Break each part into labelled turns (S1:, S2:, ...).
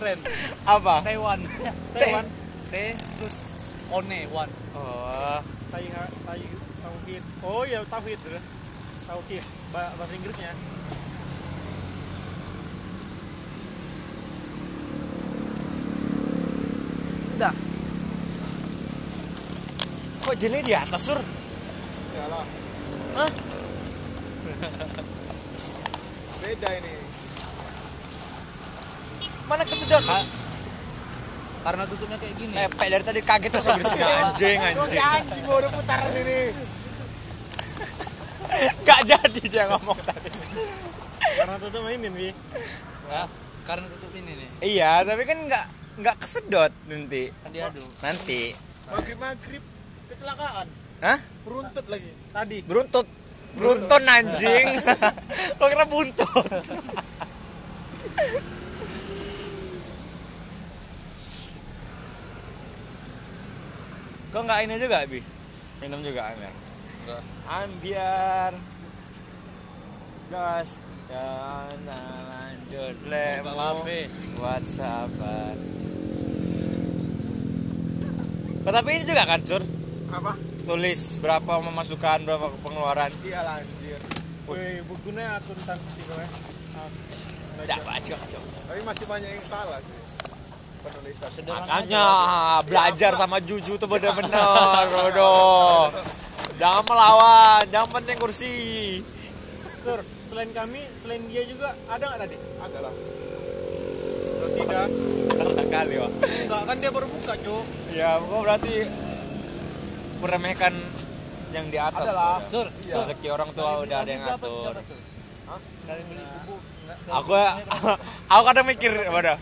S1: keren
S2: apa
S1: Taiwan Taiwan T terus one one
S2: oh
S3: tai tai tauhid oh ya tauhid bener. tauhid Ba- bahasa Inggrisnya
S2: udah kok jelnya di atas sur
S3: ya lah
S2: Hah?
S3: beda ini
S2: mana kesedot
S1: Ka- karena tutupnya kayak gini
S2: Pepe dari tadi kaget terus sampai di sini anjing anjing
S3: anjing gua udah putaran ini
S2: nggak jadi dia ngomong tadi
S3: karena tuh mainin bi
S1: Hah? karena tutup ini nih
S2: iya tapi kan nggak nggak kesedot nanti
S1: kan diadu
S2: nanti
S3: maghrib maghrib kecelakaan
S2: Hah?
S3: beruntut lagi tadi
S2: beruntut beruntun anjing lo kira buntut kok nggak ini juga bi minum juga ambiar
S1: Nggak.
S2: ambiar gas dan lanjut
S1: Mbak
S2: lemu
S1: Lafe
S2: buat sahabat Oh, tapi ini juga kan sur
S3: apa
S2: tulis berapa pemasukan berapa pengeluaran
S3: iya lah anjir Woi, bukunya akuntansi gue Ah,
S2: Tidak
S3: belajar.
S2: bacok, cok.
S3: tapi masih banyak yang salah sih penulisan
S2: Makanya belajar sama Juju tuh bener-bener, bodoh. Jangan melawan, jangan penting kursi.
S3: Sur, selain kami, selain dia juga ada nggak tadi? Ada lah. Kalau tidak,
S2: kali, wah.
S3: enggak kan dia baru buka, Cuk.
S2: Ya, gua berarti meremehkan yang di atas.
S3: Adalah.
S2: ya.
S1: sur sur
S2: Rezeki orang tua udah ada yang ngatur. Hah?
S1: sekali beli buku
S2: Aku ya, aku kadang mikir, bodoh.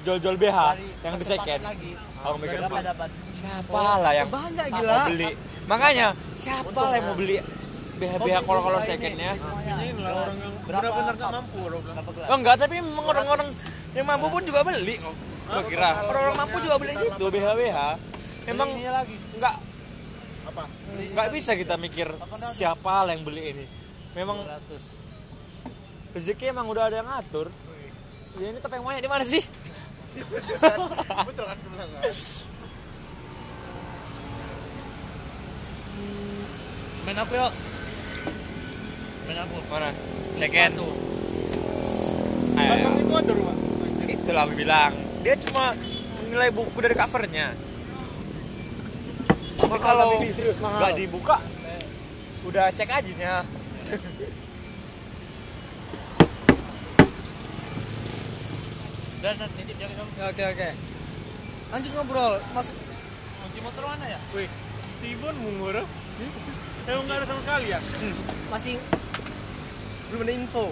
S2: Jual-jual BH
S1: Ah,
S2: yang di second.
S1: lagi
S2: Aku mikir,
S1: berapa dapat
S2: siapa lah yang
S1: banyak
S2: mau beli? Makanya, siapa lah yang mau beli BH-BH kalau-kalau secondnya?
S3: Ini lah orang yang
S1: Berapa?
S3: benar-benar nggak mampu, orang bilang.
S1: berapa gelas
S2: Oh enggak, tapi memang orang-orang yang mampu pun juga beli.
S1: Oh,
S2: Gue kira orang-orang mampu juga beli situ BH BH. Memang
S1: Beli ini lagi
S2: enggak
S3: Apa?
S2: enggak bisa kita mikir siapa lah yang beli ini. Memang
S1: 200
S2: rezeki emang udah ada yang ngatur. Ya ini tepeng banyak di mana sih?
S3: Beneran kan, bilang nggak?
S1: main apa yuk main apa
S2: Mana? Second.
S1: Sepatu.
S2: Ayo.
S3: Belakang itu ada rumah.
S2: Itulah aku bilang. Dia cuma menilai buku dari covernya. Tapi kalau
S3: ini serius mahal.
S2: nggak dibuka, udah cek aja nya.
S1: dan dan titip jangan kamu
S3: Ya,
S4: Oke oke. Lanjut ngobrol. Mas
S1: kunci motor mana ya
S3: Wih, Tibon mungur. Emang nggak Hmm? ada sama sekali ya?
S4: masih belum ada info.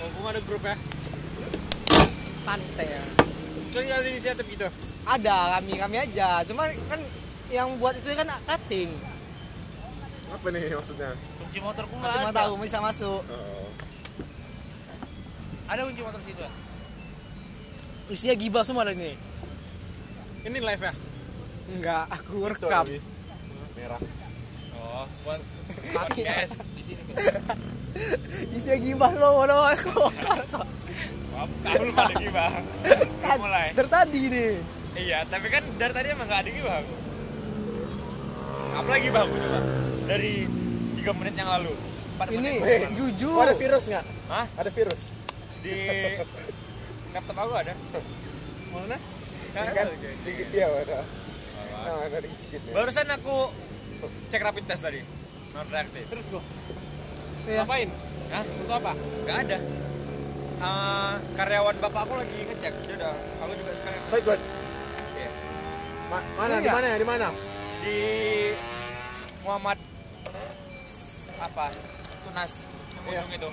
S3: Oh, gua nggak ada grup ya.
S4: Pantai ya.
S3: Cuy, ada inisiatif gitu.
S4: Ada kami kami aja. Cuma kan yang buat itu kan cutting.
S3: Apa nih maksudnya?
S1: kunci motorku nggak
S4: Cuma
S1: ada Oh.
S4: tahu bisa masuk.
S1: ada kunci motor situ ya
S4: Isinya gibah semua ada ini.
S3: Ini live ya?
S4: Enggak, aku rekam.
S3: Merah.
S1: oh buat podcast di sini kan
S4: Isinya gibah semua mana aku.
S2: Belum ada
S4: Kan,
S2: gimana? Mulai.
S4: Dari tadi nih.
S2: Iya, tapi kan dari tadi emang nggak ada gibah aku. Apalagi bah aku coba dari 3 menit yang lalu. 4
S4: Ini
S2: menit yang lalu.
S4: Eh,
S3: Oh,
S4: jujur. Ada virus.
S2: Hah?
S3: Ada virus.
S2: Di laptop aku ada.
S3: Mana?
S2: Nggak
S3: Kan?
S2: ada.
S3: Dikit dia mana? Nah, ada dikit.
S2: Barusan aku cek rapid test tadi. Non reaktif.
S3: Terus gua
S4: Ya.
S3: ngapain?
S2: Hah?
S3: Untuk apa?
S2: Nggak ada. Eh, karyawan bapak aku lagi ngecek. Ya udah, aku juga sekalian.
S3: Baik, good.
S2: Iya.
S3: mana?
S4: Iya.
S3: Di mana? Di mana?
S2: Di Muhammad apa? Tunas. Yang
S3: Iya.
S2: ujung itu.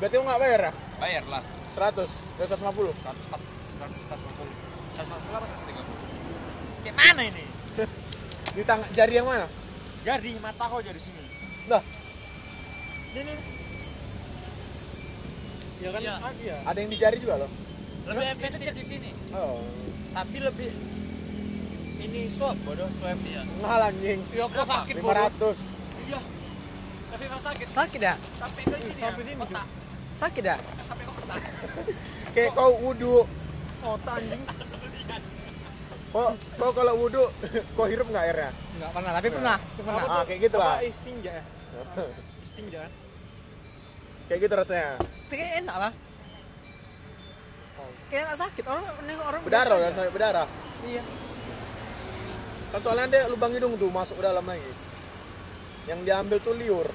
S3: Berarti lu nggak bayar ya?
S2: Bayarlah.
S3: 100, 250.
S2: 140 140 140 apa 130 kayak mana ini
S3: Di tang jari yang mana?
S2: jari mata kau jari sini
S3: Lah.
S2: ini Ah, nih
S3: Ya
S1: kan?
S3: Iya. Ada yang di jari juga loh.
S1: lebih efektif di sini
S3: Oh.
S2: ya. tapi lebih ini swab bodoh swab
S1: iya
S3: Mahal anjing.
S2: ya kok sakit bodoh
S3: 500.
S2: iya tapi emang sakit
S4: Sakit ya?
S2: sampai ke sini
S3: Sampai
S2: ya?
S3: sini,
S2: kotak
S4: Sakit ya?
S2: sampai ke kotak
S3: Kayak kau wudu
S5: otak anjing
S3: Kok kok kalau wudhu kok hirup nggak airnya?
S1: Enggak pernah, tapi pernah. Itu pernah.
S3: Ah, kayak gitu lah.
S5: apa istinja ya istinja kan?
S3: Kayak gitu rasanya.
S1: Pikirnya enak lah. Kayak nggak sakit. Orang nengok orang
S3: Berdarah
S1: biasa
S3: kan
S1: aja.
S3: sampai berdarah.
S1: Iya.
S3: Kan soalnya dia lubang hidung tuh masuk ke dalam lagi. Yang diambil tuh liur.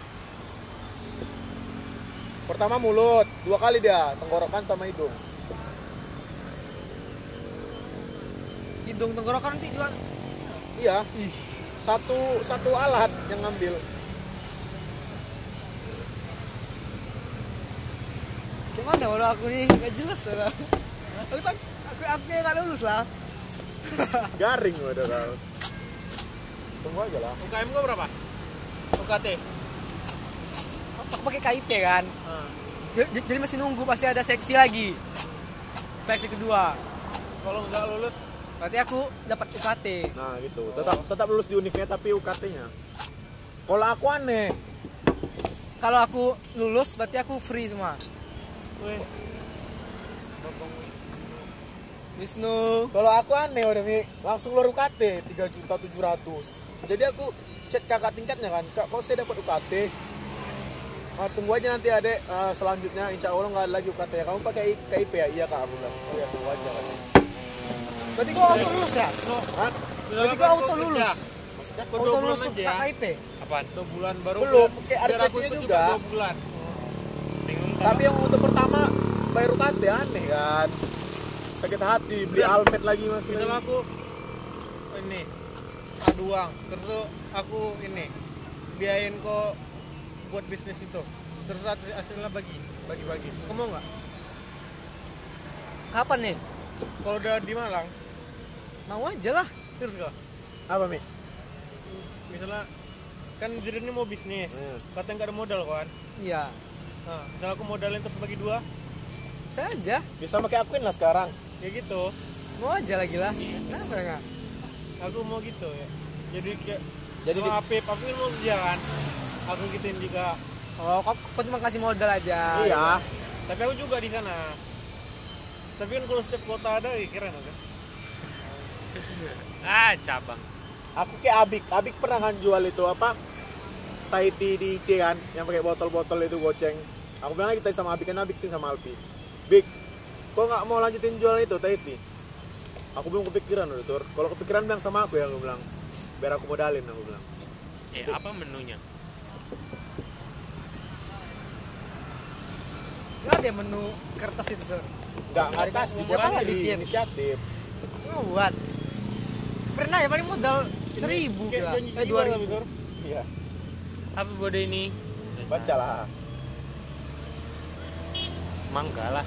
S3: Pertama mulut, dua kali dia tenggorokan sama hidung.
S1: Hidung tenggorokan nanti juga
S3: Iya. Satu satu alat yang ngambil.
S1: gimana walau aku nih nggak jelas lah. Aku tak aku aku yang nggak lulus lah.
S3: Garing udah tau. Tunggu aja lah.
S5: UKM gua berapa UKT
S1: Aku pakai KIP kan.
S5: Ah.
S1: Jadi, jadi masih nunggu masih ada seksi lagi. Seksi kedua.
S5: kalau nggak lulus
S1: Berarti aku dapat UKT.
S3: Nah gitu. Tetap tetap lulus di univnya tapi UKT-nya. Kalau aku aneh,
S1: Kalau aku lulus berarti aku free semua.
S5: weh
S1: Wisnu.
S3: Kalau aku aneh udah Mi, langsung keluar UKT 3 juta 700. Jadi aku chat kakak tingkatnya kan, kak kok saya dapat UKT? Ah, tunggu aja nanti adek eh, selanjutnya insya Allah nggak ada lagi UKT ya. Kamu pakai KIP ya? Iya kak, aku bilang. Oh ya tunggu aja kan.
S1: Berarti gua auto lulus ya?
S3: Hah?
S1: Berarti gua auto lulus.
S3: Maksudnya
S5: Kok
S1: Auto
S5: Iya, dua bulan
S1: lulus
S5: aja ya?
S1: KIP.
S6: Apaan?
S5: dua bulan baru
S3: Belum,
S5: bulan.
S3: kayak ada
S5: Biar aku
S3: tesnya
S5: ikut
S3: juga.
S5: dua bulan
S6: Bingung kan?
S3: tapi yang untuk pertama bayar UKT aneh kan. Sakit hati, beli
S5: Iya.
S3: almet lagi masih.
S5: Misal aku ini adu uang, terus tuh aku ini biayain kok buat bisnis itu. Terus hasil- hasilnya bagi, bagi-bagi. Kamu mau nggak?
S1: Kapan nih?
S5: Kalau udah di Malang,
S1: Mau aja lah.
S5: terus gak?
S3: Apa Mi?
S5: Misalnya kan jadi ini mau bisnis,
S3: Hmm.
S5: katanya nggak ada modal kan?
S1: Iya.
S5: Nah, misalnya aku modalin terus bagi dua,
S1: Saya aja.
S3: Bisa pakai akuin lah sekarang.
S5: ya gitu.
S1: Mau aja lagi lah. Kenapa enggak?
S5: Aku mau gitu ya. Jadi kayak
S3: Jadi
S5: jadi
S3: di-
S5: Apip, aku kan mau kerja kan. Aku gituin juga.
S1: Oh, kok, kok cuma kasih modal aja.
S3: iya.
S5: Tapi aku juga di sana. Tapi kan kalau setiap kota ada, ya keren kan?
S6: Ah, cabang.
S3: aku kayak abik abik pernah kan jual itu apa Thai tea di IC kan yang pakai botol-botol itu goceng aku bilang kita sama abik kan abik sih sama alpi big kok nggak mau lanjutin jualan itu Thai tea aku belum kepikiran udah sur kalau kepikiran bilang sama aku ya aku bilang biar aku modalin aku bilang
S6: Eh, apa menunya?
S1: Enggak ada menu kertas itu, Sur.
S3: nggak nggak dikasih dia
S1: Bukan
S3: sendiri
S1: dibikin.
S3: inisiatif
S1: Enggak buat. Pernah ya paling modal seribu
S5: Kayak
S1: lah.
S5: janji
S1: Eh,
S5: jiwa
S1: dua
S5: tapi,
S1: ribu.
S5: Sur.
S3: iya
S6: Apa bodoh ini?
S3: bacalah
S6: Mangga lah.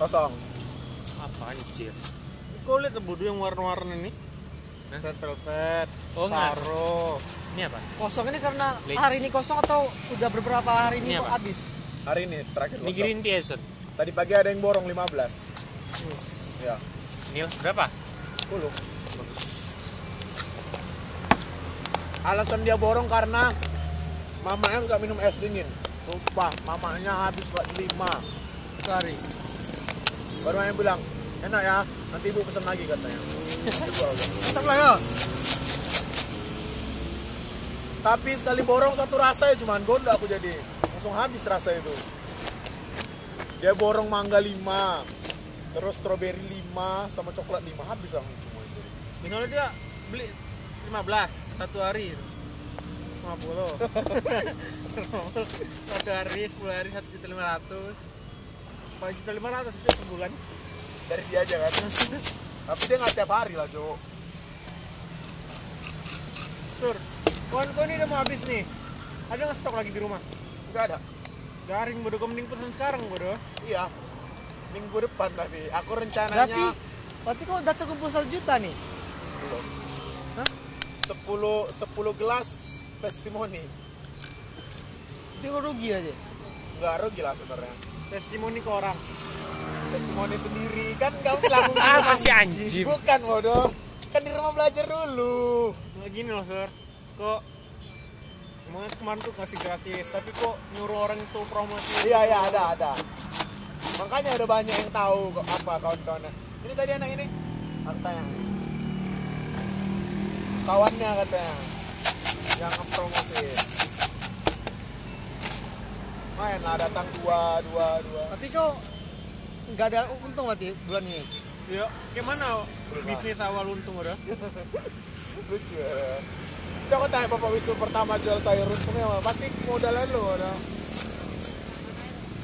S3: kosong
S6: Apa anjir?
S5: Kau lihat tuh bodoh yang warna-warna ini?
S6: Hah?
S5: Red velvet,
S6: Oh, ngaruh.
S5: taro.
S6: Ini apa?
S1: Kosong ini karena
S6: Lid.
S1: hari ini kosong atau udah beberapa hari ini
S6: Ini
S1: kok
S6: apa?
S1: habis?
S3: hari ini terakhir
S6: Ini
S3: kosong
S6: green tea, ya, Sur.
S3: tadi pagi ada yang borong 15 ya
S6: Nil berapa?
S3: 10 alasan dia borong karena mamanya nggak minum es dingin sumpah mamanya habis buat lima
S1: Sorry.
S3: baru mamanya bilang enak ya nanti ibu pesan lagi katanya Ibu agak.
S1: Tetap lah ya.
S3: tapi sekali borong satu rasa ya cuman gondok aku jadi langsung habis rasa itu dia borong mangga lima terus stroberi lima sama coklat lima habis langsung semua itu
S5: Misalnya dia beli 15 satu hari. 50. satu hari, 10 hari 1 juta 500. 4 juta 500 itu sebulan.
S3: dari dia aja kan tapi dia nggak tiap hari lah cowok
S5: Tur. Kawan kau ini udah mau habis nih. Ada nggak stok lagi di rumah?
S3: nggak ada
S5: Garing bodoh, kau mending pesan sekarang bodoh.
S3: Iya. Minggu depan tapi aku rencananya
S1: Berarti berarti kok udah cukup puluh juta nih?
S3: Belum.
S1: Hah?
S3: 10 10 gelas testimoni.
S1: Itu kok rugi aja.
S3: Enggak rugi lah sebenarnya.
S5: Testimoni ke orang.
S3: Testimoni sendiri kan kamu bilang di rumah.
S5: Ah,
S6: Apa sih anjing?
S3: Bukan bodoh. Kan di rumah belajar dulu.
S5: Nggak gini loh, Sur. Kok Emang kemarin tuh ngasih gratis, tapi kok nyuruh orang itu promosi
S3: Iya ya ada ada. Makanya udah banyak yang tahu kok apa kawan-kawan Ini tadi anak ini. Aku tanya. Kawannya katanya. Yang ngepromosi. Main lah datang dua, dua, dua.
S1: Tapi kau nggak ada untung berarti bulan ini.
S5: Yuk, gimana bisnis awal untung udah?
S3: Lucu ya. Coba tanya Bapak Wisnu pertama jual sayur untungnya apa? Pasti modalnya lu ada.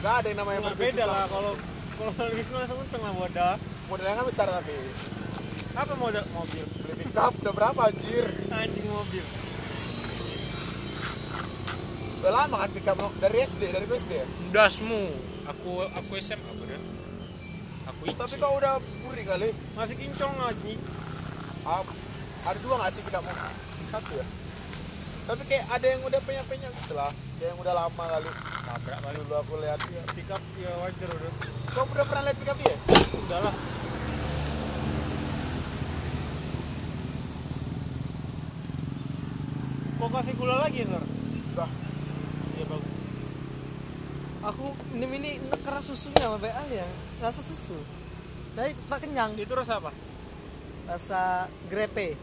S3: Gak ada yang namanya
S5: Nggak
S3: berbisnis
S5: beda lah
S3: sama-
S5: kalau kalau bisnis langsung untung lah bodoh.
S3: Modalnya kan besar tapi
S5: Apa modal mobil?
S3: Beli pick up udah berapa anjir?
S5: Anjing mobil.
S3: Udah lama kan pick up dari SD, dari gua SD ya?
S7: dasmu aku aku SMA bener aku itu
S3: Tapi kau udah puri kali
S5: Masih kincong anjing.
S3: Ah, ada dua nggak sih tidak mau satu ya tapi kayak ada yang udah penyak penyak gitu lah ada yang udah lama kali
S5: Tabrak kali.
S3: dulu aku lihat ya
S5: Pick up ya wajar udah.
S3: kau udah pernah lihat pickup dia
S5: Udah lah. Kok kasih gula lagi, Nur?
S3: Udah.
S5: Ya bagus.
S1: Aku minum ini enak karena susunya sama BL ya. Rasa susu. Tapi cepat kenyang.
S5: Itu rasa apa?
S1: Rasa grepe.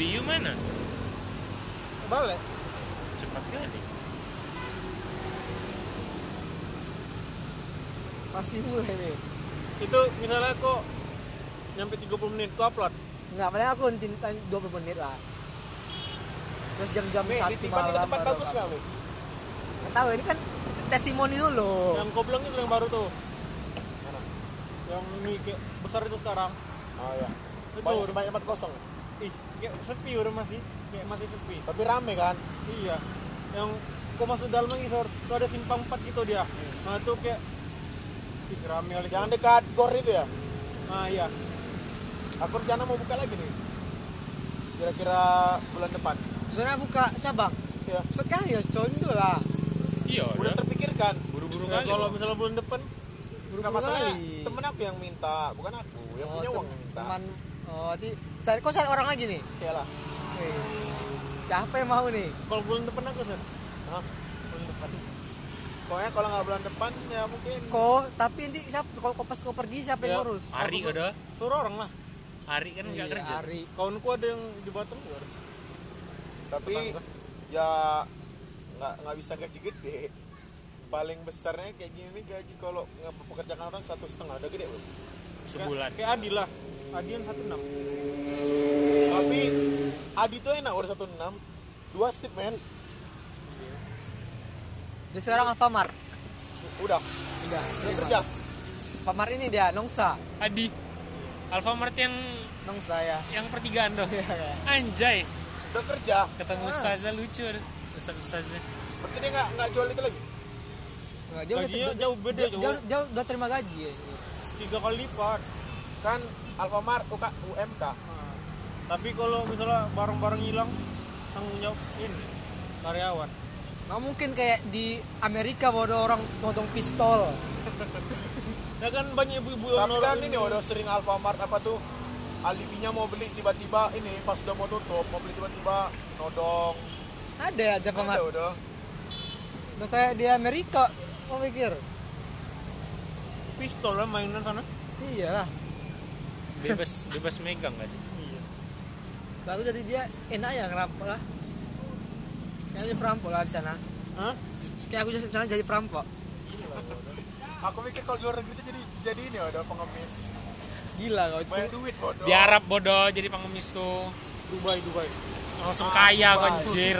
S7: biu mana
S3: balik
S7: cepat kali
S1: Masih mulai nih.
S5: Itu misalnya kok nyampe 30 menit kok upload.
S1: Nggak, padahal aku henti 20 menit lah. Terus jam-jam
S3: nih
S1: satu
S3: ditimpa di
S1: malam
S3: tempat
S1: baru
S3: bagus
S1: upload.
S3: nggak Mi?
S1: Nggak tahu ini kan testimoni dulu.
S5: Yang goblok itu yang baru tuh. Yang ini kayak besar itu sekarang.
S3: oh ya
S5: Itu
S3: banyak
S5: rumah.
S3: banyak tempat kosong ya?
S5: Ih, kayak sepi udah masih. Kayak masih sepi.
S3: tapi rame kan
S5: Iya. Yang kok masuk dalam lagi, Sur? Tuh ada simpang 4 gitu dia. Nah, itu kayak Ih, rame kali.
S3: yang dekat gor itu ya
S5: Nah, iya.
S3: aku rencana mau buka lagi nih kira-kira bulan depan
S1: Soalnya buka cabang.
S3: Iya.
S1: Cepet kali ya, condol lah.
S7: iya
S3: udah
S7: udah
S3: terpikirkan
S7: buru-buru
S5: Nah,
S7: kali
S5: kalau
S7: loh.
S5: misalnya bulan depan
S3: Nah,
S1: Buru-buru
S3: masalahnya
S1: kali.
S3: temen aku yang minta bukan aku yang
S1: Oh,
S3: punya
S1: tem-
S3: uang yang minta
S1: Teman, oh, di, cari, kok cari orang lagi nih?
S3: iyalah
S1: Wis. Siapa yang mau nih?
S5: kalau bulan depan aku Sur.
S3: Hah? bulan depan pokoknya kalau nggak bulan depan ya mungkin
S1: Kok, tapi nanti siapa, kalau kau pas kau pergi siapa
S5: Ya.
S1: yang ngurus?
S7: Ari kada
S5: Suruh orang lah.
S7: Ari kan nggak
S1: Iya,
S7: kerja
S1: Ari.
S5: Kawanku ada yang di Batam juga.
S3: tapi ya nggak nggak bisa gaji gede paling besarnya kayak gini nih gaji kalau nggak pekerjaan orang satu setengah udah gede bro.
S7: sebulan
S5: Kayak Adi lah. Adi yang 16.
S3: tapi Adi tuh enak udah satu enam dua sip men
S1: Jadi sekarang Alfamart.
S3: udah
S1: Udah,
S3: dia kerja
S1: Alfamart ini dia, Nongsa.
S7: Adi Alfamart yang
S1: Nongsa ya.
S7: yang pertigaan tuh anjay
S3: udah kerja
S7: ketemu
S5: Ah.
S7: Ustazah lucu aduh Ustaz Ustaznya
S3: berarti dia nggak nggak jual itu lagi
S1: Nggak, dia udah-
S5: Gajinya
S1: dia-
S5: Nah, jauh beda,
S1: dia- dia
S5: jauh.
S1: dia udah terima gaji ya.
S5: Tiga kali lipat.
S3: kan Alfamart UK, UMK
S5: Nah, Tapi kalau misalnya barang-barang hilang tanggung jawab ini karyawan.
S1: Nggak mungkin kayak di Amerika bahwa ada orang nodong pistol.
S5: Ya kan banyak ibu-ibu
S3: tapi
S5: yang
S3: kan
S5: nodong
S3: ini udah sering Alfamart apa tuh alibinya mau beli tiba-tiba ini pas udah mau tutup mau beli tiba-tiba nodong
S1: Ada ada
S3: ada
S1: Alfamart.
S3: udah
S1: Udah kayak di Amerika, mau pikir.
S5: pistol lah mainan sana.
S1: Iyalah.
S7: bebas bebas megang gak sih
S5: Iya.
S1: Baru jadi dia enak ya ngerampok lah. Kayak jadi perampok lah di sana.
S5: Hah?
S1: Kayak aku di sana jadi perampok.
S3: aku mikir kalau di luar negeri itu jadi jadi ini ada pengemis
S1: Gila kau itu.
S3: banyak duit bodoh
S7: di Arab bodoh jadi pengemis tuh
S5: Dubai, Dubai.
S7: langsung
S3: Ah,
S7: kaya
S3: Dubai.
S7: anjir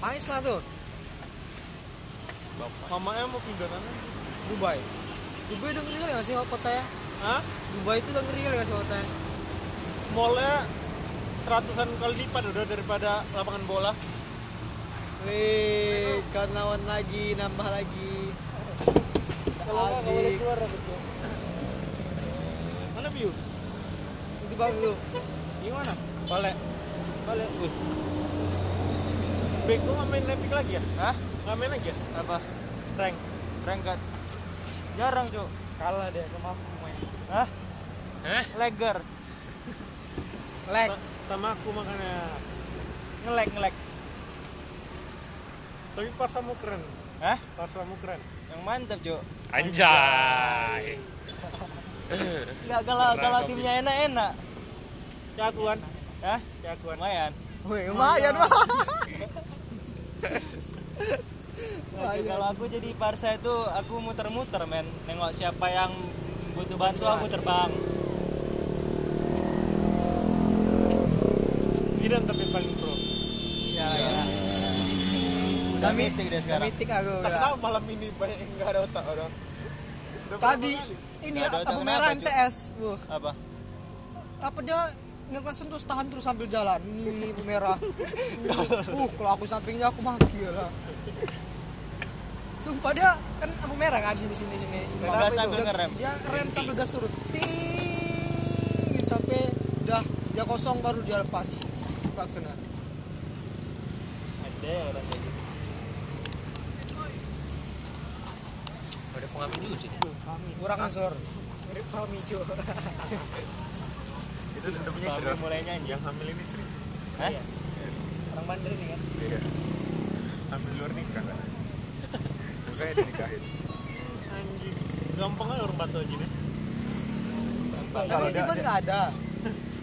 S1: Panis lah tuh.
S5: Mamanya mau pindah sana.
S1: Dubai. Dubai udah ngeri kali nggak sih kota ya?
S5: Hah?
S1: Dubai itu udah ngeri kali nggak sih kota ya?
S5: Mallnya seratusan kali lipat udah daripada lapangan bola.
S1: Wih, karnawan lagi, nambah lagi. Ada Adik,
S5: Mana view?
S1: itu baru.
S5: Gimana? Balik. Balik. Uh. Bek, lu nggak main Epic lagi ya? Hah? Nggak main lagi ya? Apa? Rank. Rank gak? Jarang, Cuk. Kalah deh sama aku main. Hah?
S7: Hah?
S5: Lagger.
S1: Lag.
S5: Sama aku makanya. Ngelek, ngelek. Tapi pas kamu keren.
S2: Hah? Parfummu keren. Yang mantap, Jo.
S8: Anjay.
S2: Enggak galak galak timnya enak-enak. Jagoan. Hah? Jagoan. Lumayan.
S1: Wih, lumayan mah.
S2: Nah, kalau aku jadi parsa itu aku muter-muter men nengok siapa yang butuh bantuan aku terbang
S3: Gidan tapi paling pro.
S2: ya ya udah
S1: Kami
S2: meeting deh sekarang
S1: meeting aku. ya.
S3: Tak kenapa malam ini banyak yang nggak ada otak orang. Udah berapa
S1: Tadi
S3: kali?
S1: ini
S2: Nggak ada
S1: apa
S2: otak
S1: merah
S2: kenapa, Cuk?
S1: MTS. Wuh,
S2: apa
S1: apa dia ngerasin terus tahan terus sambil jalan. Ini lampu merah. Uh, kalau aku sampingnya aku maki lah. Sumpah dia kan lampu merah kan sini sini sini. sini.
S2: Gas
S1: Apa itu?
S2: sambil
S1: Dia-
S2: ngerem.
S1: Dia rem sambil gas turun. Ting gitu sampai udah dia kosong baru dia lepas. Laksana.
S2: ada ya orang kayak gitu
S8: Ada pengamen dulu sih.
S1: Kurang Zor.
S3: Itu udah punya istri.
S2: baru mulainya anjing Eh?
S3: Yang hamil ini istri.
S2: Hah? orang bandel nih kan
S3: Iya. Hamil luar nikah. kan? Bukannya dinikahin. Anjing. Gampang kan orang batu aja nih.
S1: Tapi dia kan nggak ada.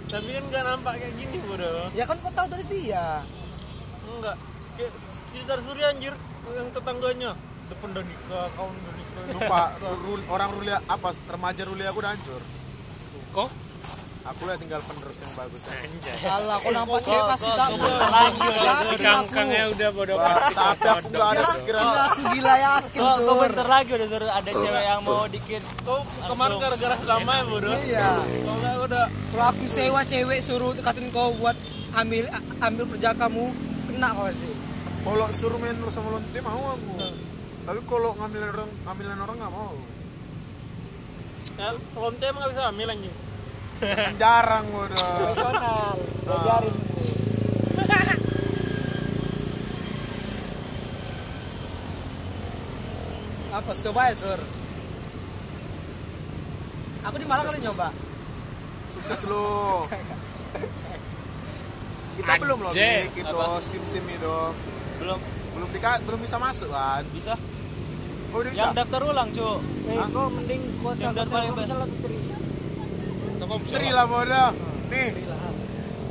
S3: Tapi kan nggak nampak kayak gini bodoh.
S1: Ya kan kau tahu dari dia.
S3: Enggak. Kayak Cildar Surya anjir yang tetangganya depan udah nikah, kawan udah nikah. Lupa orang Rulia apa remaja Rulia aku udah hancur.
S8: Kok?
S3: Aku lihat tinggal penerus yang bagus.
S8: Anjay.
S1: Alah, kau nampak cewek pasti tak.
S8: Kalau cangkangnya udah bodo pasti
S3: Tapi aku
S8: kesodok.
S3: nggak ada
S1: Ya,
S3: pikiran
S1: gila, aku gila yakin,
S2: kok kok
S1: Sur.
S2: bentar lagi udah suruh ada cewek yang mau dikit
S3: Kau kemarin gara-gara lama ya bodoh.
S1: Iya.
S3: Kalau nggak aku udah
S1: Kalau aku sewa cewek suruh dekatin kau buat ambil ambil perjakamu, kena kau pasti.
S3: kalau suruh main lu sama lonte mau aku. Tapi kalau ngambilin orang ngambilin orang nggak mau.
S5: ya,
S2: lonte emang gak bisa ambil anjing
S3: Kan Jarang bodoh.
S5: Ah.
S2: personal ajarin
S1: Apa? Coba ya, Sur. Aku di Malang kali nyoba.
S3: Sukses lu. Kita belum loh
S8: Anjir.
S3: Mik, itu sim sim itu
S2: belum
S3: belum dika belum bisa masuk kan.
S2: bisa
S3: Kau udah bisa.
S2: yang daftar ulang cu
S5: Eh,
S2: Ah.
S3: Hah?
S2: yang daftar paling besar
S3: Tri lah bodoh. Nih.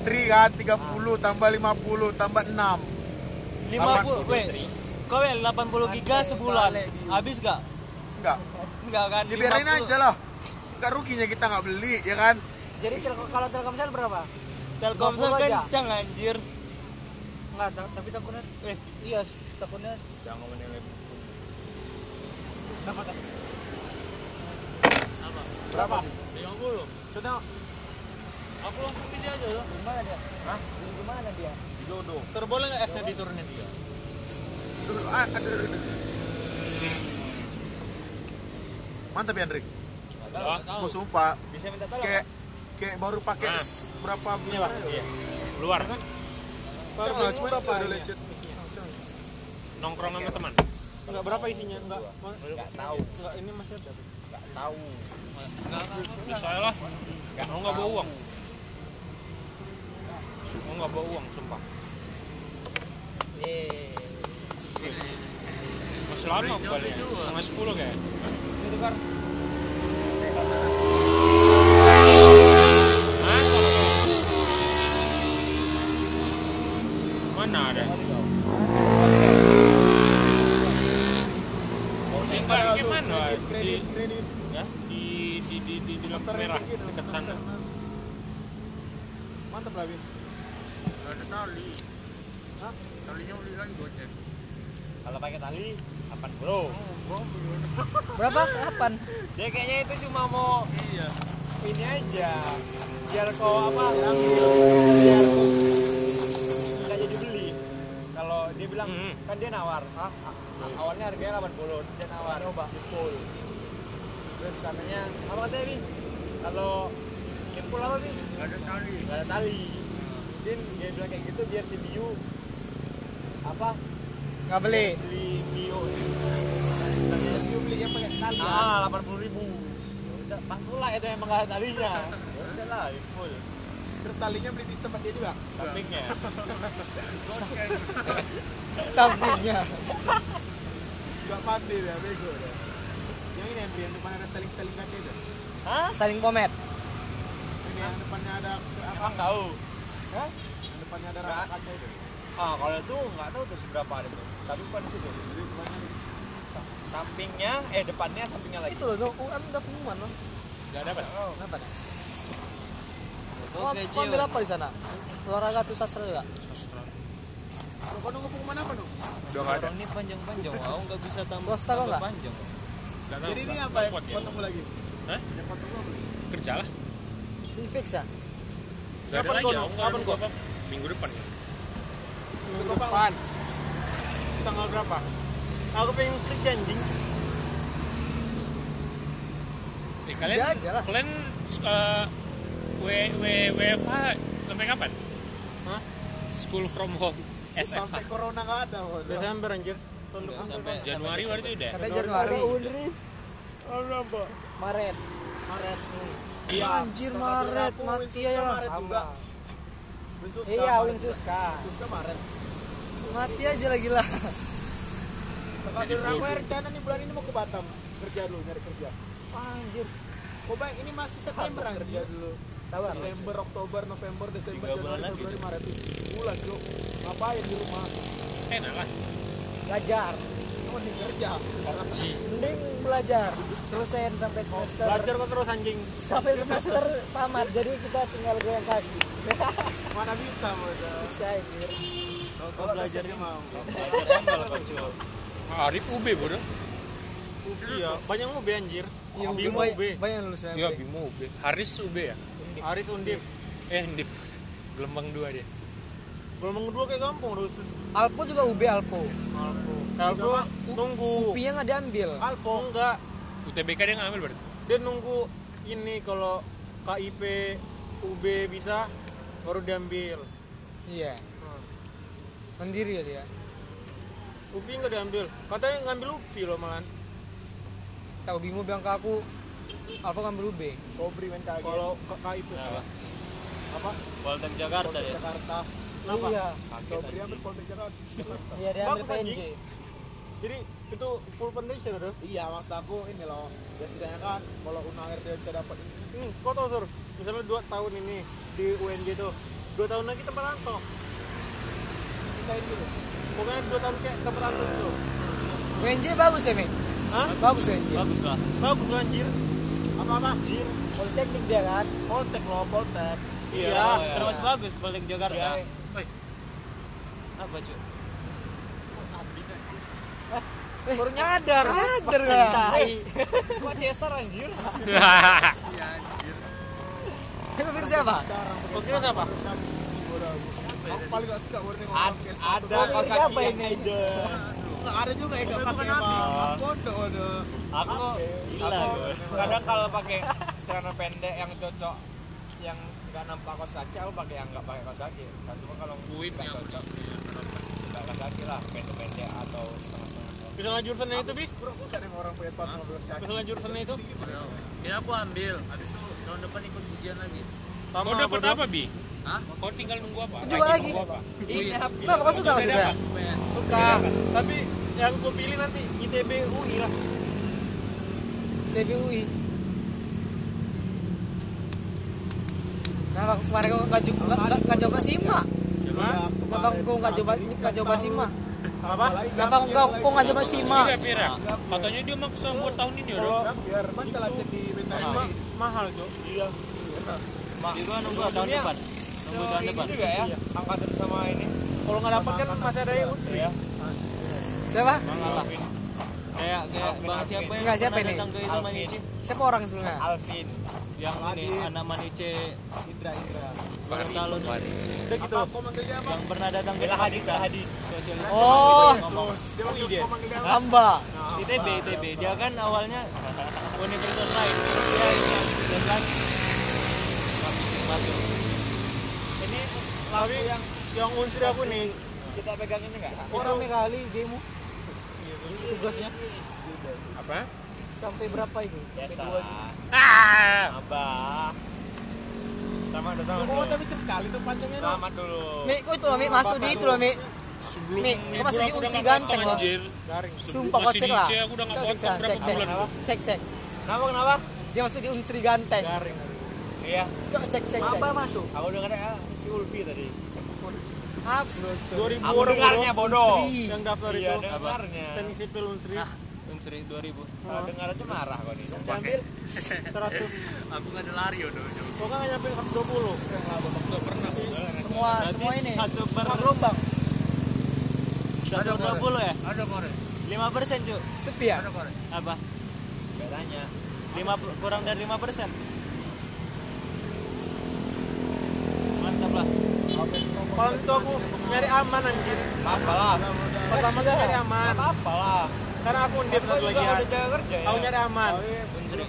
S3: Tri kan 30 tambah 50 tambah 6.
S2: 50 weh kau yang 80 giga sebulan habis gak
S3: Enggak.
S2: Enggak kan?
S3: Ya biarin
S2: 50.
S3: aja lah. Enggak ruginya kita nggak beli ya kan.
S5: Jadi telkom- kalau Telkomsel berapa?
S2: Telkomsel
S5: 50 aja.
S2: kencang anjir.
S5: Enggak, ta- tapi takutnya
S2: Eh,
S5: iya, takutnya
S3: Terboleh nggak esnya diturunin dia? Mantap ya Andri. Gue sumpah.
S2: bisa minta tolong.
S3: Kayak kayak baru pakai
S8: Nah.
S3: berapa ini lah.
S8: Keluar
S3: Iya, Baru lah cuma berapa ya? ada lecet.
S8: nongkrong sama teman.
S3: Enggak berapa isinya? Enggak.
S2: Enggak tahu.
S3: Enggak ini masih ada.
S8: Bisa lah. Mau oh, nggak bawa uang? Mau nggak bawa uang, sumpah. Masih lama kembali. Setengah sepuluh kayak. Mana ada? Ini baliknya mana? Di,
S3: Kredit
S8: ya, di, di, di, di, di lampu merah dekat sana.
S3: mantap lah Bin.
S2: Kalau pakai tali 8 bro.
S1: Berapa? Kapan?
S2: Dia kayaknya itu cuma mau ini aja. Biar kau apa? Ambil. Biar kau- nggak jadi beli. Kalau dia bilang
S8: Hmm.
S2: kan dia nawar. Ah, ah, awalnya harganya 80, terus dia nawar. Coba. Full. Terus katanya apa katanya Bi? Kalau simpul apa Bi? Gak ada tali. Gak ada tali. Mungkin dia bilang kayak gitu biar si Biu apa
S1: Nggak beli.
S2: beli Mio Mio beli yang
S6: ya?
S2: pakai tali ah delapan puluh ribu udah pas pula itu emang gak ada talinya Ya udah lah ya full
S3: Terus talinya beli di tempat dia juga.
S2: sampingnya
S1: Sampingnya.
S3: Gak pandai dia, ya, bego dia. Yang ini Henry, yang depan ada steling-steling kaca itu.
S1: Saling pomet.
S3: Ini yang depannya ada apa?
S5: Emang tahu?
S3: Yang depannya ada rangka kaca itu.
S5: Ah, kalau itu nggak tahu tuh seberapa ada tuh. Tapi bukan itu tuh.
S3: Jadi depannya ini.
S5: Sampingnya, eh depannya sampingnya lagi.
S1: Itu loh, tuh, UM udah pengumuman loh.
S7: Gak ada apa? ya?
S1: Kenapa nih? Kau
S9: Oke,
S1: kau ambil apa di sana? Olahraga tuh sastra juga.
S3: Bro, kau nunggu pengumuman apa dong?
S7: Udah gak ada.
S9: Orang ini panjang-panjang, wow, nggak bisa tambah.
S1: Swasta kau nggak?
S9: Panjang.
S7: Gak tahu,
S3: Jadi ini
S7: gak
S3: apa yang
S7: kuat ya.
S3: kau tunggu lagi?
S7: Hah?
S3: Yang kau tunggu apa?
S7: Kerja lah.
S1: Di fix ya?
S7: Gak ada
S3: Kapan
S7: lagi.
S3: kau?
S7: aku nggak ada
S3: Kapan
S7: nunggu apa. Minggu depan ya.
S3: Minggu depan. Tanggal berapa?
S5: Aku pengen kerja anjing.
S7: Eh, kalian,
S1: Kerja aja lah.
S7: kalian eh, W W WFH sampai kapan?
S5: Hah?
S7: School from home.
S3: Sampai
S7: SFH.
S3: corona gak ada. bro.
S5: Desember anjir. Tahun depan.
S7: Januari waktu itu udah.
S1: Katanya Januari. Maret. Iya.
S3: Maret.
S9: Iya.
S1: Anjir Maret, mati ya.
S3: Maret juga. Winsuska,
S9: Iya,
S3: Maret juga.
S9: Winsuska.
S3: Winsuska Maret.
S1: Mati aja lagi lah.
S3: Kasih Rama rencana nih bulan ini mau ke Batam kerja dulu nyari kerja.
S9: Anjir,
S3: Kok baik ini masih September kan kerja dulu.
S9: sabar.
S3: September, Oktober, November, Desember, Januari, Februari, Maret. Bulan tuh ngapain di rumah?
S7: Enak lah.
S9: Belajar.
S3: Cuma di kerja.
S9: Mending belajar. Selesaiin sampai semester.
S3: Belajar kok terus anjing.
S9: Sampai semester tamat. Jadi kita tinggal goyang kaki.
S3: Mana bisa bro?
S9: Bisa anjir.
S3: Kalau belajarnya mau.
S7: Arif UB bodoh.
S5: Iya, banyak UB anjir.
S1: Iya,
S5: Bimo
S1: banyak-
S5: UB,
S1: Banyak yang lulus ya.
S7: Iya Bimo UB. Haris UB ya.
S3: Iya.
S5: Aris Undip.
S7: Eh Ndip. Gelembang dua dia.
S5: Belum kedua kayak gampang terus.
S3: Iya,
S1: Alpo juga UB Alpo.
S5: Alpo. Alpo nunggu.
S1: Upi yang nggak diambil.
S5: Alpo enggak.
S7: UTBK dia ngambil berarti.
S5: Dia nunggu ini kalau KIP UB bisa baru diambil.
S1: Iya. Mandiri ya dia.
S5: UPI nggak diambil. Katanya ngambil UPI loh malan.
S1: Tahu Bimo bilang ke aku, Alpo ngambil UB.
S3: Sobri main kaget.
S5: Kalau ke KIP apa?
S2: Poltek Jakarta ya.
S3: Jakarta.
S5: Kenapa?
S9: Iya,
S3: Sobri ambil Polda Jakarta.
S9: iya dia ambil
S5: Bagus, anjing.
S9: PNJ.
S5: Jadi itu full foundation ya, udah.
S3: Iya maksud aku ini loh. Ya setidaknya kan kalau UNAIR dia bisa dapat ini.
S5: Hmm, kau tau sur, misalnya 2 tahun ini di UNJ tuh, 2 tahun lagi tempat rantau.
S3: Kita ini loh.
S5: Pokoknya 2 tahun kayak tempat rantau tuh.
S1: WNJ bagus ya, Ming?
S5: Hah?
S1: Bagus WNJ.
S2: Bagus lah.
S5: Bagus lu anjir. Apa apa? Anjir.
S9: Politeknik dia kan.
S3: Poltek loh, Poltek.
S5: Iya.
S2: Terus bagus Poltek Jakarta.
S5: Iya.
S2: Apa cuy?
S9: Baru nyadar.
S1: Eh, Nyadar nggak?
S9: Tai. Kok Cesar anjir?
S1: Iya, Itu Fir siapa?
S5: Kau kira siapa?
S3: Aku paling gak suka warna yang
S5: Ad- ada
S9: Kok siapa ini ide?
S3: Nggak ada juga yang gak pakai apa. Pondok ada.
S2: Aku gila gue.
S6: kadang kalau pakai celana pendek yang cocok yang nggak nampak kaos kaki aku pakai yang nggak pakai kaos kaki Nah, cuma kalau
S7: Uin
S6: nggak
S7: yang
S6: cocok nggak kaos kaki lah pendek-pendek atau setengah-setengah
S5: Misalnya jurusannya itu, Bik.
S3: Kurang suka nih sama orang punya sepatu 15 kaki.
S5: Misalnya jurusannya itu.
S2: Kira aku ambil. Habis itu tahun depan ikut ujian lagi.
S5: Sama
S7: Kau dapat
S5: bodoh.
S7: apa bi? Hah? Kau tinggal nunggu apa?
S1: Kedua lagi.
S7: nunggu apa?
S6: Iya.
S1: Kenapa kau suka nggak suka? ya?
S5: Suka. Tapi yang ku pilih nanti ITB UI lah.
S1: TBUI. Kenapa Nah, kemarin kau nggak coba nggak- nggak coba SIMA?
S5: Hah?
S1: Kenapa kau nggak coba nggak coba SIMA?
S5: Apa?
S1: Kenapa kau kau nggak coba SIMA?
S7: Iya Pira. Katanya dia maksa buat tahun ini ya,
S5: Kalau
S7: udah.
S3: Biar baca lah cek di BTN.
S5: ma- mahal, Cok. Iya.
S2: Jadi gua nunggu tahun depan. Nunggu tahun depan.
S6: juga ya angkatan sama ini
S5: Kalau nggak dapat kan masih ada UNSRI ya.
S1: Siapa?
S2: Kayak kayak bang siapa yang
S1: Enggak, siapa
S2: pernah
S1: ini?
S2: datang ke itu Manice?
S1: Siapa orang sebelumnya?
S2: Alvin. Yang ini anak Manice
S3: Indra, Indra.
S2: Gorontalo tuh.
S5: Udah gitu.
S3: Apa kau manggil dia apa?
S2: yang pernah datang ke Hadi Hadi.
S1: Oh,
S3: Yesus. Dia waktu
S2: dia.
S3: itu kau manggil dia apa?
S1: Hamba.
S2: ITB, ITB. Dia kan awalnya universitas lain. Dia ini dia kan habis yang baru.
S5: Ini tapi yang yang unsur aku nih
S6: kita pegang ini nggak
S9: Orang nih kali demo. Tugasnya
S7: Apa?
S9: sampai berapa itu?
S2: Biasa.
S9: Sampai dua gitu.
S7: Ah!
S2: Abah. Sama udah sama.
S3: Oh, tapi cepet kali tuh panjangnya dong.
S2: Selamat dulu.
S1: Mi, kok itu loh Mi masuk di itu loh Mi.
S7: sebelum
S1: Mi,
S7: libur
S1: kok masih
S7: aku udah
S1: diungsi
S7: nggak
S1: ganteng,
S7: potong
S1: loh.
S7: anjir
S5: garing
S7: sebelum
S1: Sumpah
S7: masih
S1: kocek
S7: di
S1: lah.
S7: IC aku udah nggak
S1: Cek, cek,
S7: potong
S1: cek,
S7: berapa
S1: cek.
S7: bulan loh.
S1: Cek, cek.
S3: Kenapa kenapa?
S1: Dia masih di Unsri Ganteng.
S5: garing
S3: Iya.
S1: Cok, cek, cek, cek.
S3: Apa masuk? Aku dengar ya,
S2: ah,
S3: si Ulfi tadi.
S1: Abs lu, cok.
S5: 2000
S2: Ah,
S3: Aku
S5: orang
S3: dengarnya bodoh.
S1: Unsri.
S5: yang daftar
S3: Iya,
S5: itu
S3: dengarnya.
S5: teknik sipil unsri
S2: Ah,
S10: unsur 2000
S3: Salah dengar aja marah kau nih.
S5: ambil 100
S7: aku nggak ada lari udah udah.
S5: kok nggak nyampe 120
S7: nggak pernah aku nggak ada.
S2: semua semua ini
S10: satu per
S2: semua gelombang
S10: satu dua puluh ya
S3: Ada korek.
S10: lima persen cu
S1: Sepi ya?
S3: Ada korek.
S10: apa
S3: Gak tanya.
S10: lima puluh- kurang dari lima persen mantap lah
S5: paling itu gitu aku nyari aman anjir
S3: Apa lah?
S5: pertama tuh nyari aman
S3: Apa lah?
S5: karena aku undip
S3: Kau
S5: satu
S3: juga
S5: lagi
S3: udah jaga kerja ya.
S5: aku nyari aman
S3: Unsri.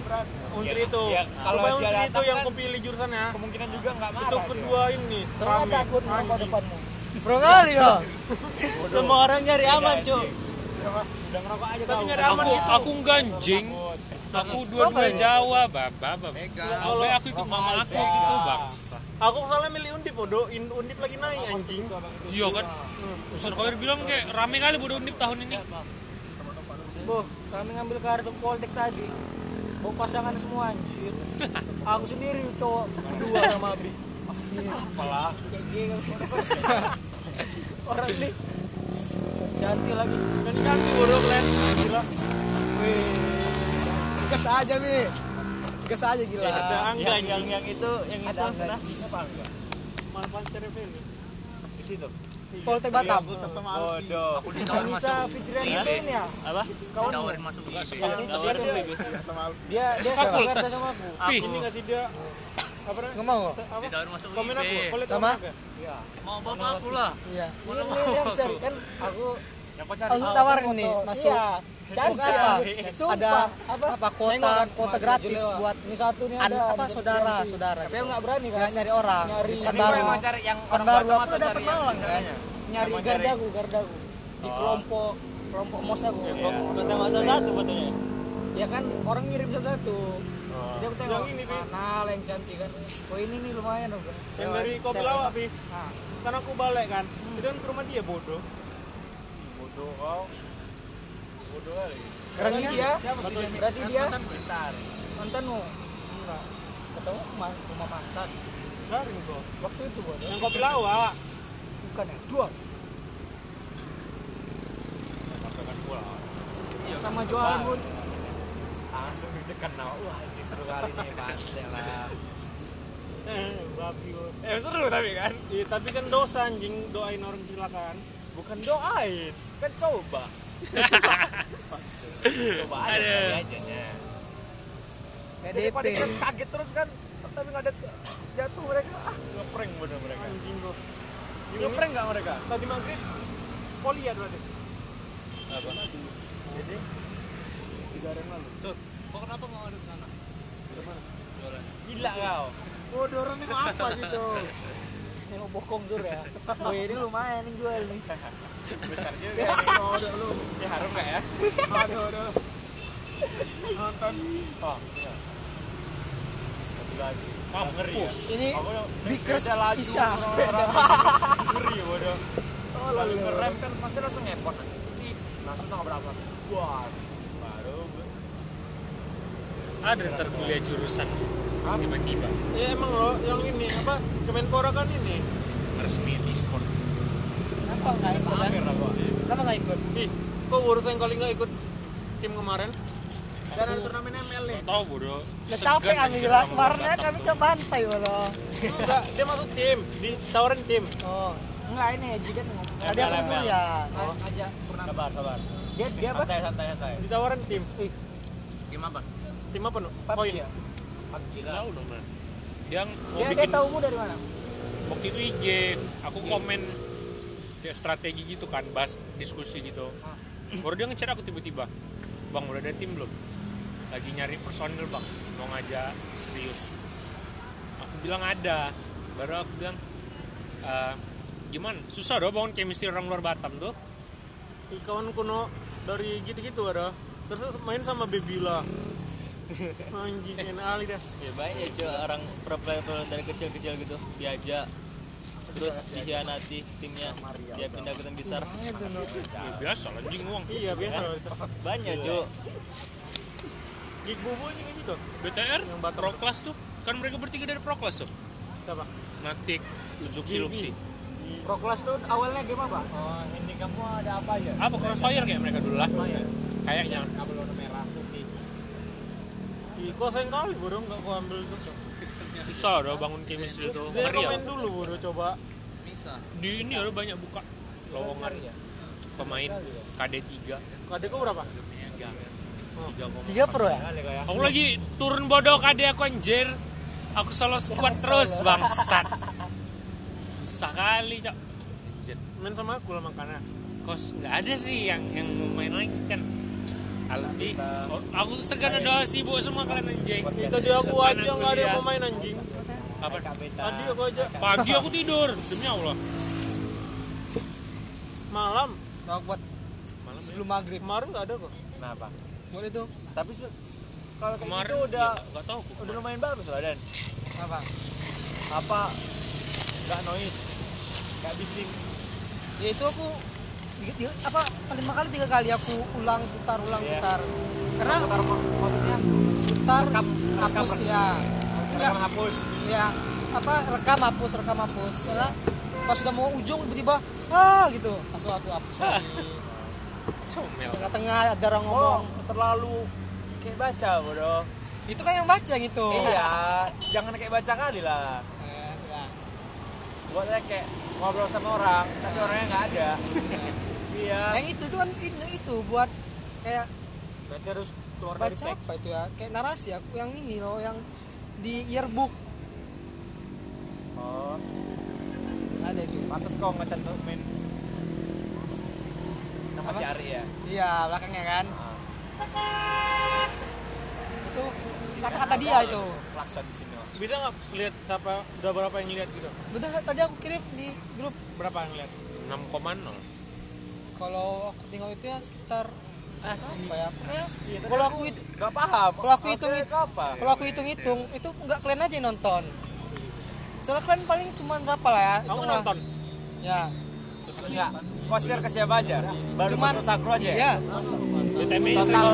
S5: unsri
S3: Ya,
S5: itu
S3: ya, kalau
S5: kalau
S3: dia
S5: unsri itu
S3: datang
S5: yang
S3: kan-
S5: kupilih jurusannya
S3: Kemungkinan juga nggak marah.
S5: itu
S3: dia.
S5: kedua ini
S2: Ternyata
S5: rame
S2: takut merokok
S5: anjing.
S2: depanmu
S1: Pro kali ya?
S10: semua orang nyari aman cu
S3: Udah ngerokok aja
S5: tapi
S3: kau.
S5: nyari aman
S7: aku
S5: gitu
S7: aku nggak anjing aku dua-dua Jawa bapak bapak
S5: Kalau-
S7: aku ikut mama aku gitu bang
S5: aku soalnya milih undip bodoh In- undip lagi naik anjing
S7: iya kan Ustaz Khoir bilang kayak rame kali bodoh undip tahun ini
S2: Boh, kami ngambil kartu poltek tadi bawa pasangan semua anjir aku sendiri cowok dua sama abi
S5: apalah
S2: kayak gini orang ini cantik lagi
S5: dan ganti bodoh kalian gila
S1: Wih. Gas aja, Mi. Gas aja
S2: Iya.
S1: gila.
S3: Iya,
S5: ada
S10: yang,
S5: angga yang
S10: yang yang itu yang itu nah
S5: malam cerewet ini
S3: Di situ.
S1: Poltek
S2: Iya,
S1: Batam.
S5: sama Alfi
S3: Bodoh.
S2: Gak bisa pikiran itu ini ya
S10: apa
S2: kawan
S7: enggak sih
S5: Dia- dia-
S3: gitu.
S2: dia dia
S7: Fakultas.
S2: Jakarta sama aku
S7: Ih,
S5: ini nggak sih dia apa namanya
S1: Nggak mau?
S2: Iya.
S5: apa komen aku
S3: Iya.
S5: boleh
S1: Sama?
S5: komen aku?
S1: Iya.
S2: ini ini yang cari kan aku
S1: Aku tawarin nih masuk.
S2: iya, cantik
S1: Apa?
S2: anjir. Sumpah,
S1: Ada
S2: apa
S1: apa kuota
S2: Tengok, kan. Iya,
S1: kuota
S2: maju
S1: gratis
S2: lewat.
S1: buat
S2: ini satu nih
S1: an,
S2: ada
S1: apa
S2: ada
S1: saudara
S2: ganti.
S1: saudara
S2: tapi yang nggak berani kan
S1: nggak nyari orang
S2: iya. Nyari.
S1: kan
S2: Ini
S1: baru
S2: mau
S1: cari yang kan baru aku udah dapat malang kan
S2: nyari gardaku gardaku di
S3: Oh.
S2: kelompok kelompok mos aku
S3: Iya,
S10: kota masa satu fotonya
S2: ya kan orang ngirim satu-satu
S3: Oh.
S2: dia aku tengok
S5: Yang ini, Pi.
S2: mana lah yang cantik kan oh ini nih lumayan loh Bro.
S5: yang dari kopi
S2: Tengok.
S5: lawak Pi.
S3: Iya.
S2: Nah,
S5: karena aku balik kan itu kan ke rumah dia bodoh
S3: Bodoh kau. Bodoh kali.
S2: berarti
S3: kan Iya.
S2: dia
S5: Betul.
S2: berarti dia
S3: Bentar.
S2: mantanmu enggak ketemu ma- rumah mantan
S5: garing kok
S2: waktu itu bos
S5: yang kopi lawak
S2: bukan ya dua sama jualan
S3: Iya,
S2: pun
S3: kan? Langsung ditekan nah. Wah, anjir seru kali nih, pantai lah.
S5: eh babi kok.
S3: Eh, seru tapi kan.
S5: iya tapi kan dosa anjing doain orang gila kan
S3: Bukan doain, kan coba. coba aja sekali aja nya. Daripada
S1: PDP
S3: kita kaget terus kan, tapi nggak ada jatuh mereka. Ah, ngeprank bener mereka.
S5: anjing kok
S3: Ngeprank nggak mereka?
S5: tadi maghrib poli ya berarti
S3: Gila kau.
S5: bodoh orang ini apa sih tuh
S2: yang bokong sur ya oh ini lumayan nih jual nih
S3: Besar juga. Bodoh lu. Ya harum nggak ya?
S5: aduh aduh
S3: Nonton. Oh, iya. Satu lagi. Ngeri ya.
S1: ini
S3: Aku udah-
S1: Bikers
S3: beda laju
S1: Isya.
S3: sama orang. Ngeri bodoh. Lalu ngerem kan pasti langsung ngepon. Ih, Langsung nabrak apa? Wah, baru gue-
S7: ada ntar kuliah jurusan tiba-tiba
S5: ya emang lo yang ini apa kemenpora kan ini
S7: resmi e-sport
S1: kenapa nggak ikut kan?
S3: hampir lah gua.
S1: kenapa nggak ikut
S5: ih kok urutan kali nggak ikut tim kemarin karena ada turnamen ML nih
S7: Nggak tahu kan bodoh
S1: Lah, capek kami lah kemarin aja kami ke pantai loh
S5: enggak dia masuk tim ditawarin tim
S1: oh
S2: enggak ini Haji kan ngomong
S1: tadi aku suruh ya
S2: aja pernah
S3: Sabar, sabar.
S2: dia dia apa
S3: Santai, santai, santai.
S5: ditawarin tim
S2: Ih.
S5: tim apa nu
S2: PUBG
S5: poin
S2: ya?
S3: PUBG lah.
S7: tahu dong man yang
S2: dia
S7: mau
S2: dia
S7: bikin
S2: tahumu dari mana Iya.
S7: waktu itu IG aku komen kayak strategi gitu kan bahas diskusi gitu
S2: Ah.
S7: baru dia ngechat aku tiba-tiba bang udah ada tim belum lagi nyari personil bang mau ngajak serius aku bilang ada baru aku bilang "Eh, gimana susah dong bangun chemistry orang luar Batam tuh
S5: Ih, kawan kuno dari gitu-gitu ada terus main sama Bebila anjing enak kali dah
S10: ya baik ya cu orang pro player dari kecil kecil gitu diajak
S2: terus dihianati timnya dia pindah ke tim besar Kan?
S7: Ya, biasa lah, anjing uang.
S5: Iya biasa loh itu. Iya.
S2: banyak Jo
S5: Gig bubu ini kayak gitu.
S7: BTR,
S5: Yang Batam.
S7: Proklas tuh. Kan mereka bertiga dari Proklas tuh.
S5: Siapa?
S7: Natik, Lujuksi, Luksi.
S9: Proklas tuh awalnya game apa?
S5: Oh, ini kamu ada apa ya?
S7: Apa crossfire kayak mereka dulu lah. Kayaknya.
S5: Kabel warna merah putih. Dikuasain kali bro, nggak gua ambil itu.
S7: Susah udah bangun chemistry itu.
S5: Dia
S7: Ngeri ya.
S5: komen dulu bro, coba.
S7: Di ini udah banyak buka lowongan pemain KD3.
S5: Kade gua berapa?
S7: 3,
S1: Tiga pro ya?
S5: Kali kayak.
S7: Aku lagi turun bodoh KD aku anjir. Aku solo squad terus bangsat. Susah kali, Cok. Anjir.
S5: Main sama aku lah makanya.
S7: kos nggak ada sih yang yang mau main lagi kan Aldi oh, aku segan ada sibuk semua kalian anjing
S5: Itu dia aku aja
S2: ya.
S5: nggak ada
S7: Kanan kuliah.
S5: yang mau main anjing.
S7: kapan
S5: Tadi aku aja
S7: pagi aku tidur demi allah
S5: malam.
S1: Nah, aku buat
S2: ya?
S1: sebelum maghrib.
S5: Kemarin nggak ada kok.
S2: kenapa
S1: Buat itu
S2: tapi se- kalau kayak
S7: kemarin
S2: gitu udah
S7: ya, nggak tahu
S3: iya.
S7: aku
S2: udah lumayan bagus lah dan
S1: apa?
S2: apa nggak noise nggak bising
S1: Ya itu aku tiga- tiga- apa lima kali tiga kali aku ulang putar ulang
S2: Iya.
S1: putar. Karena putar putar hapus ya. Enggak
S2: hapus
S1: ya apa rekam hapus rekam hapus. Soalnya pas sudah mau ujung tiba-tiba ah gitu langsung aku hapus lagi.
S7: comel
S1: Tengah-tengah ada orang
S2: oh
S1: ngomong.
S2: terlalu kayak baca bro
S1: Itu kan yang baca gitu.
S2: iya jangan kayak baca kali lah
S1: Eh, ya.
S2: buat saya kayak ngobrol sama orang tapi orangnya nggak ada iya
S1: Yang itu itu kan itu, itu buat kayak
S2: berarti harus keluar
S1: Eh.
S2: dari
S1: baca
S2: tag
S1: apa itu ya kayak narasi aku yang ini loh yang di yearbook
S2: oh
S1: ada itu
S2: pantas kok ngecat main sama
S1: Apa?
S2: si Ari ya
S1: iya belakangnya kan
S2: Ah.
S1: itu kata-kata dia itu
S2: klakson di sini oh.
S5: Bisa nggak lihat siapa udah berapa yang lihat gitu?
S1: bener tadi aku kirim di grup
S5: Berapa yang lihat?
S2: Ah.
S7: 6,0
S1: kalau aku tengok itu ya sekitar apa ya Pokoknya kalau aku itu
S2: nggak paham
S1: Kalau aku hitung-
S2: itu Iya, apa
S1: kalau aku hitung-hitung itu nggak kalian aja yang nonton soalnya kalian paling cuma berapa lah ya
S5: Kamu
S1: hitung lah.
S5: nonton?
S1: ya
S2: Enggak, kosir ke siapa aja? Baru
S1: Cuman-
S2: ke Sakro aja ya?
S1: iya
S7: BTM
S2: Total,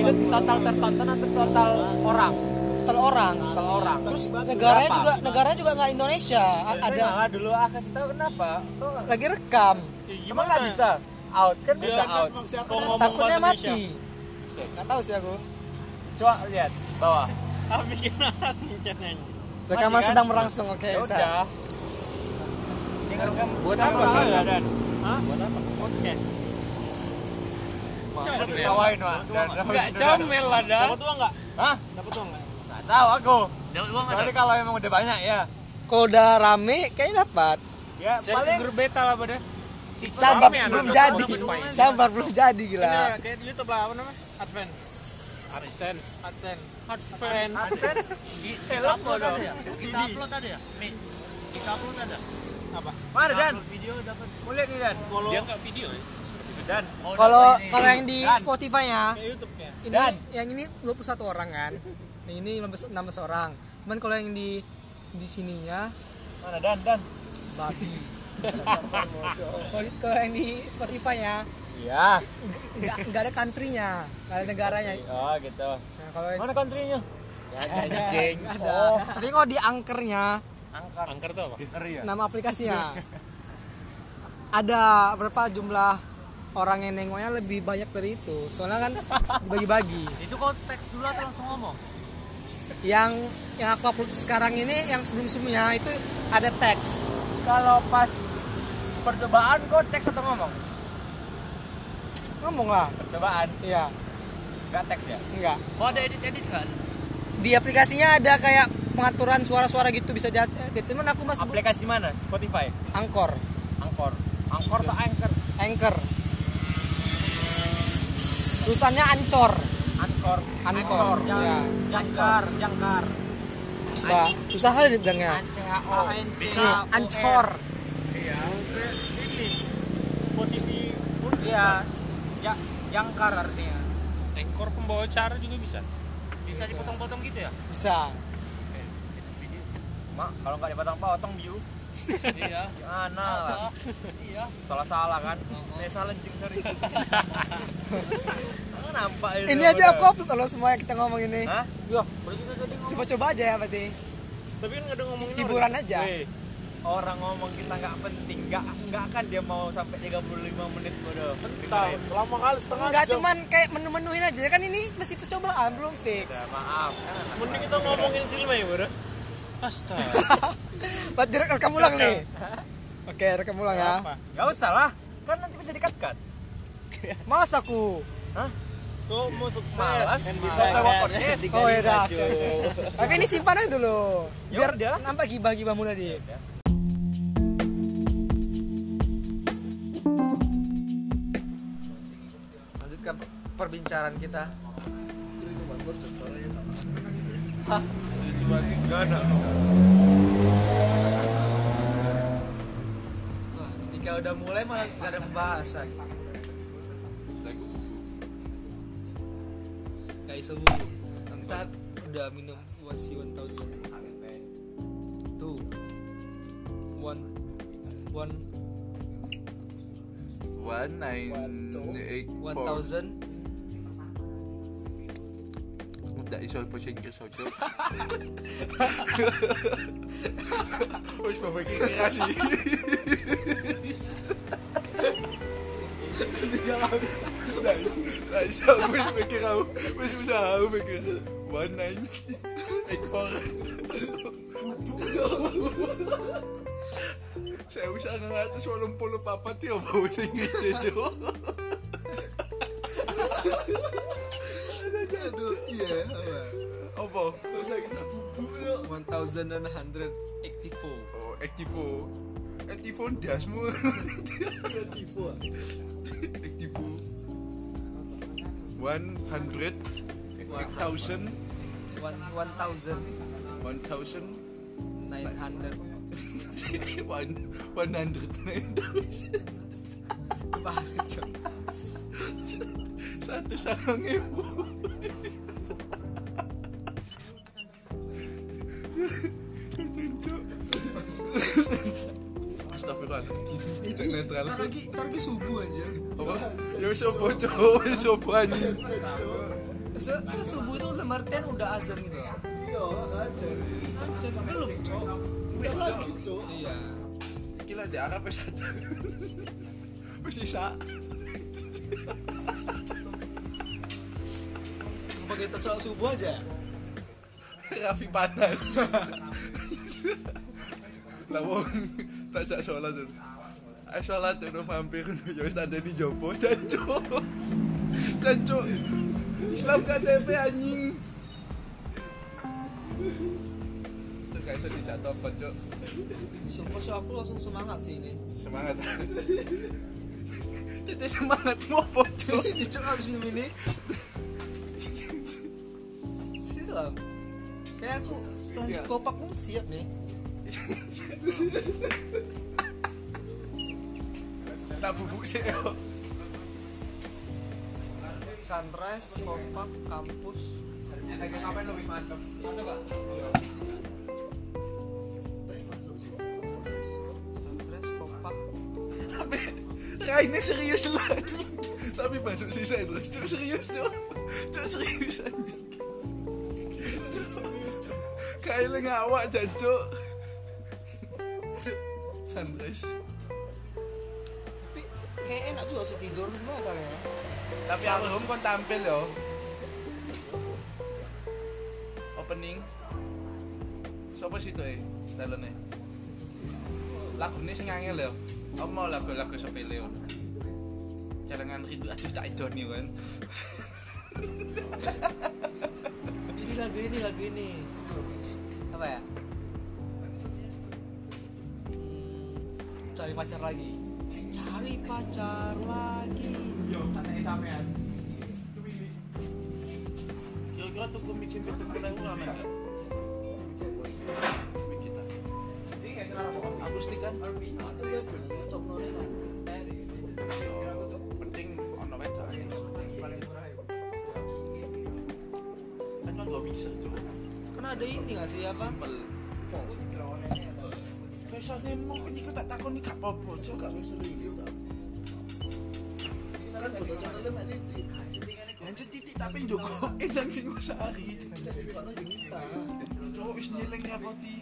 S2: itu total tertonton atau total orang?
S1: total orang
S2: Total orang Terus
S1: negaranya
S2: Berapa?
S1: juga negaranya juga nggak Indonesia A-
S2: ada
S1: ada
S2: malah dulu ah kasih tahu kenapa Tuh,
S1: lagi rekam
S5: Ya,
S2: Emang nggak bisa? Out, kan bisa out
S5: Kok ngomong
S1: takutnya
S5: bahasa Indonesia?
S1: mati nggak tahu sih aku
S2: Coba lihat, bawah
S5: Ah, bikin anjing anjing.
S1: rekaman
S2: kan?
S1: sedang berlangsung oke
S2: Ya
S1: bisa
S2: udah Dengar kan buat apa? Dan
S5: Hah? Buat apa? Podcast.
S2: Tawain Wak Dan
S7: nggak comel lah dah
S5: Dapat uang nggak?
S2: Hah?
S5: Dapat uang nggak?
S2: Nggak tahu aku
S7: dapat uang
S2: Kecuali kalau emang udah banyak ya
S1: kalau udah rame kayaknya dapat
S2: Ya
S7: share ke
S2: paling
S7: grup beta lah pada
S1: sabar
S7: rame,
S1: belum
S7: anak-anak
S1: jadi
S7: semua dapat uang.
S1: sabar belum jadi gila
S5: Ini kayak di YouTube lah, apa namanya? Advent. AdSense. Advent. Advent. Advent.
S2: Mana Dan? Mau lihat nih Dan
S5: Follow
S7: dia nggak video ya
S2: Dan
S1: kalau kalau yang di Spotify ya
S5: kayak YouTube ya.
S1: ini
S2: Dan.
S1: yang ini 21 orang kan yang ini 16 16 orang cuman kalau yang di di sininya
S2: Mana Dan? Dan
S1: babi kalau di- kalau yang di Spotify ya
S2: Iya
S1: nggak nggak ada countrynya nggak ada negaranya
S2: Oh gitu
S1: nah, kalau yang
S2: Mana country-nya?
S7: anjing
S1: ada tapi kalau di angkernya
S7: angker tuh apa
S1: nama aplikasinya ada berapa jumlah orang yang nengoknya lebih banyak dari itu soalnya kan dibagi-bagi
S2: Itu konteks dulu atau langsung ngomong?
S1: yang yang aku upload sekarang ini yang sebelum-sebelumnya itu ada teks
S2: Kalau pas percobaan konteks atau ngomong?
S1: ngomong lah
S2: Percobaan,
S1: iya
S2: nggak teks ya?
S1: enggak
S7: oh ada edit-edit kan
S1: di aplikasinya ada kayak pengaturan suara-suara gitu bisa di di- cuman aku masih bu-
S2: Aplikasi mana? Spotify?
S1: angkor
S2: Angkor Angkor atau Anchor?
S1: anchor tulisannya ancor
S2: Angkor
S1: ancor ya
S2: Jangkar Jangkar
S1: Bah, susah kali dibilangnya
S2: C-H-O
S1: Iya, ancor
S5: Spotify.
S2: Iya ya, Jangkar artinya
S7: ekor pembawa cara juga bisa
S2: Bisa dipotong-potong gitu ya?
S1: bisa
S2: Mak, kalau nggak dipotong-potong view iya
S6: Gimana lah?
S2: iya
S6: Salah-salah kan?
S3: Oh,
S6: Desa lencing sering. Kan nampak itu.
S1: Ini aja aku upload kalau semua yang kita ngomong ini.
S6: Hah?
S1: Coba-coba aja ya berarti.
S5: Tapi kan ada ngomongin
S1: Hiburan aja.
S3: Eh.
S6: Weh, orang ngomong kita nggak penting, nggak nggak kan dia mau sampai 35 menit bodoh.
S3: Tahu, lama kali setengah
S1: Enggak
S3: jam.
S1: cuman kayak menu-menuin aja kan ini masih percobaan belum fix.
S6: Ya, maaf. Janganlah.
S5: Mending kita ngomongin Silma ya, Bro.
S7: astaga
S1: Buat direk rekam ulang nih. Oke, rekam ulang ya.
S6: Nggak usah lah, kan nanti bisa dikat-kat.
S1: Malas aku.
S5: Kau mau sukses.
S6: Malas,
S5: Kan
S6: bisa sewa podcast.
S1: Oh ya dah. oke, oke. Tapi ini simpan aja dulu. Biar
S6: Yaudah.
S1: nampak gibah-gibahmu tadi. Lanjutkan perbincangan kita.
S3: Enggak ada.
S1: Ketika udah mulai malah nggak ada pembahasan. Kayak ilmu kita udah minum wasi 1000 tuh one one
S11: One nine eight
S1: one
S11: four.
S1: thousand
S11: Udah iso po sing iso cok. Wis bapak iki kasih. Nah, iso aku wis mikir aku. Wis bisa aku mikir. eh, One nine eight four. Saya bisa ngatus walang puluh papat ya, bawa sing iso cok.
S12: Aduh, iya. apa?
S11: Eh, Apa?
S12: Terus lagi bubuk yo. 1184.
S11: Oh, Activo. Activo dasmu.
S12: Tipu. ah.
S11: Activo. 100 1000
S1: one one thousand
S11: 1000
S1: nine hundred
S11: 109
S1: banget Cok.
S11: satu sarang ibu Astagfirullahaladzim Tidak netral
S12: Ntar lagi, ntar lagi subuh aja.
S11: Apa? Ya wis coba coba wis coba anjing
S1: Se- kan subuh itu dalam artian udah azan gitu loh.
S12: Iya, anjir.
S1: Azan belum cok
S12: Udah lagi, Cok.
S1: iya
S11: Gila di Arab ya, wis ada Wis isa
S1: Apa kita sholat subuh aja ya?
S11: Rafi panas Lah wong tak jak sholat tuh Ayo sholat tuh udah mampir Ya wis tanda di jopo Jancu Jancu Islam KTP anjing Cuk gak bisa dijak tobat cuk
S1: Sumpah cok aku langsung semangat sih ini
S11: Semangat Jadi semangat mau apa cuk
S1: Ini cok abis minum ini Siram Kayak aku
S11: Iya.
S1: lanjut kopak pun siap nih
S11: Tak bubuk sih yo.
S1: Sunrise, kopak, kampus Sunrise, kopak
S11: Raine serius lah anjing. Tapi masuk sisa terus Cuk serius cuk Cuk serius anjing Kayak ngawak jancuk Sunrise
S1: Tapi kayak enak juga sih tidur dulu kali ya
S11: Tapi alhum kon tampil yo Opening Siapa sih tuh eh? Talonnya Lagunya sing angel yo Aku mau lagu-lagu sepele yo Celengan rindu aduh tak idoni kan
S1: Ini lagu ini, lagu ini Apa ya? Hmm, cari pacar lagi Cari pacar lagi
S2: kira-kira tuh gue mixin ke temen aku nggak main kita akustik kan
S1: Aku udah belum cok nonin lah.
S11: penting ono wedok ae. paling murah ya. kan gak bisa cuma
S1: Kan ada ini gak sih apa?
S11: pel
S1: Kok?
S11: kan
S2: iso nemu kan iku tak takon iki gak apa-apa cok gak iso nemu
S12: Kan foto channelnya mek titik.
S2: Anjir titik tapi njogo eh nang sing usahari
S12: Jadi kono diminta.
S2: cowok wis nyeling apa ti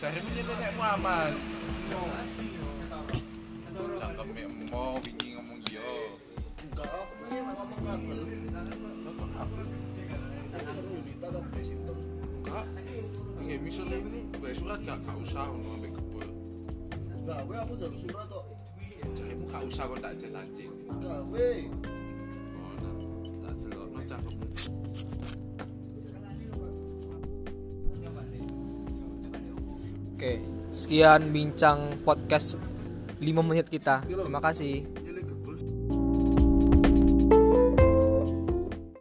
S11: Saya ini dia nek Muhammad. Cakep mek mau wingi ngomong yo.
S12: Enggak, aku punya emang ngomong kabel. Nanti kan diminta tapi dia simpen.
S11: Enggak. Enggak misalnya ini gue surat gak gak usah ngono ambek kebul.
S12: Enggak, gue aku jalur surat kok.
S11: Carimu gak usah kok tak jalan anjing.
S12: Enggak, weh.
S11: Oh, nah, tak delok no cakep.
S1: Oke, sekian bincang podcast 5 menit kita. Terima kasih.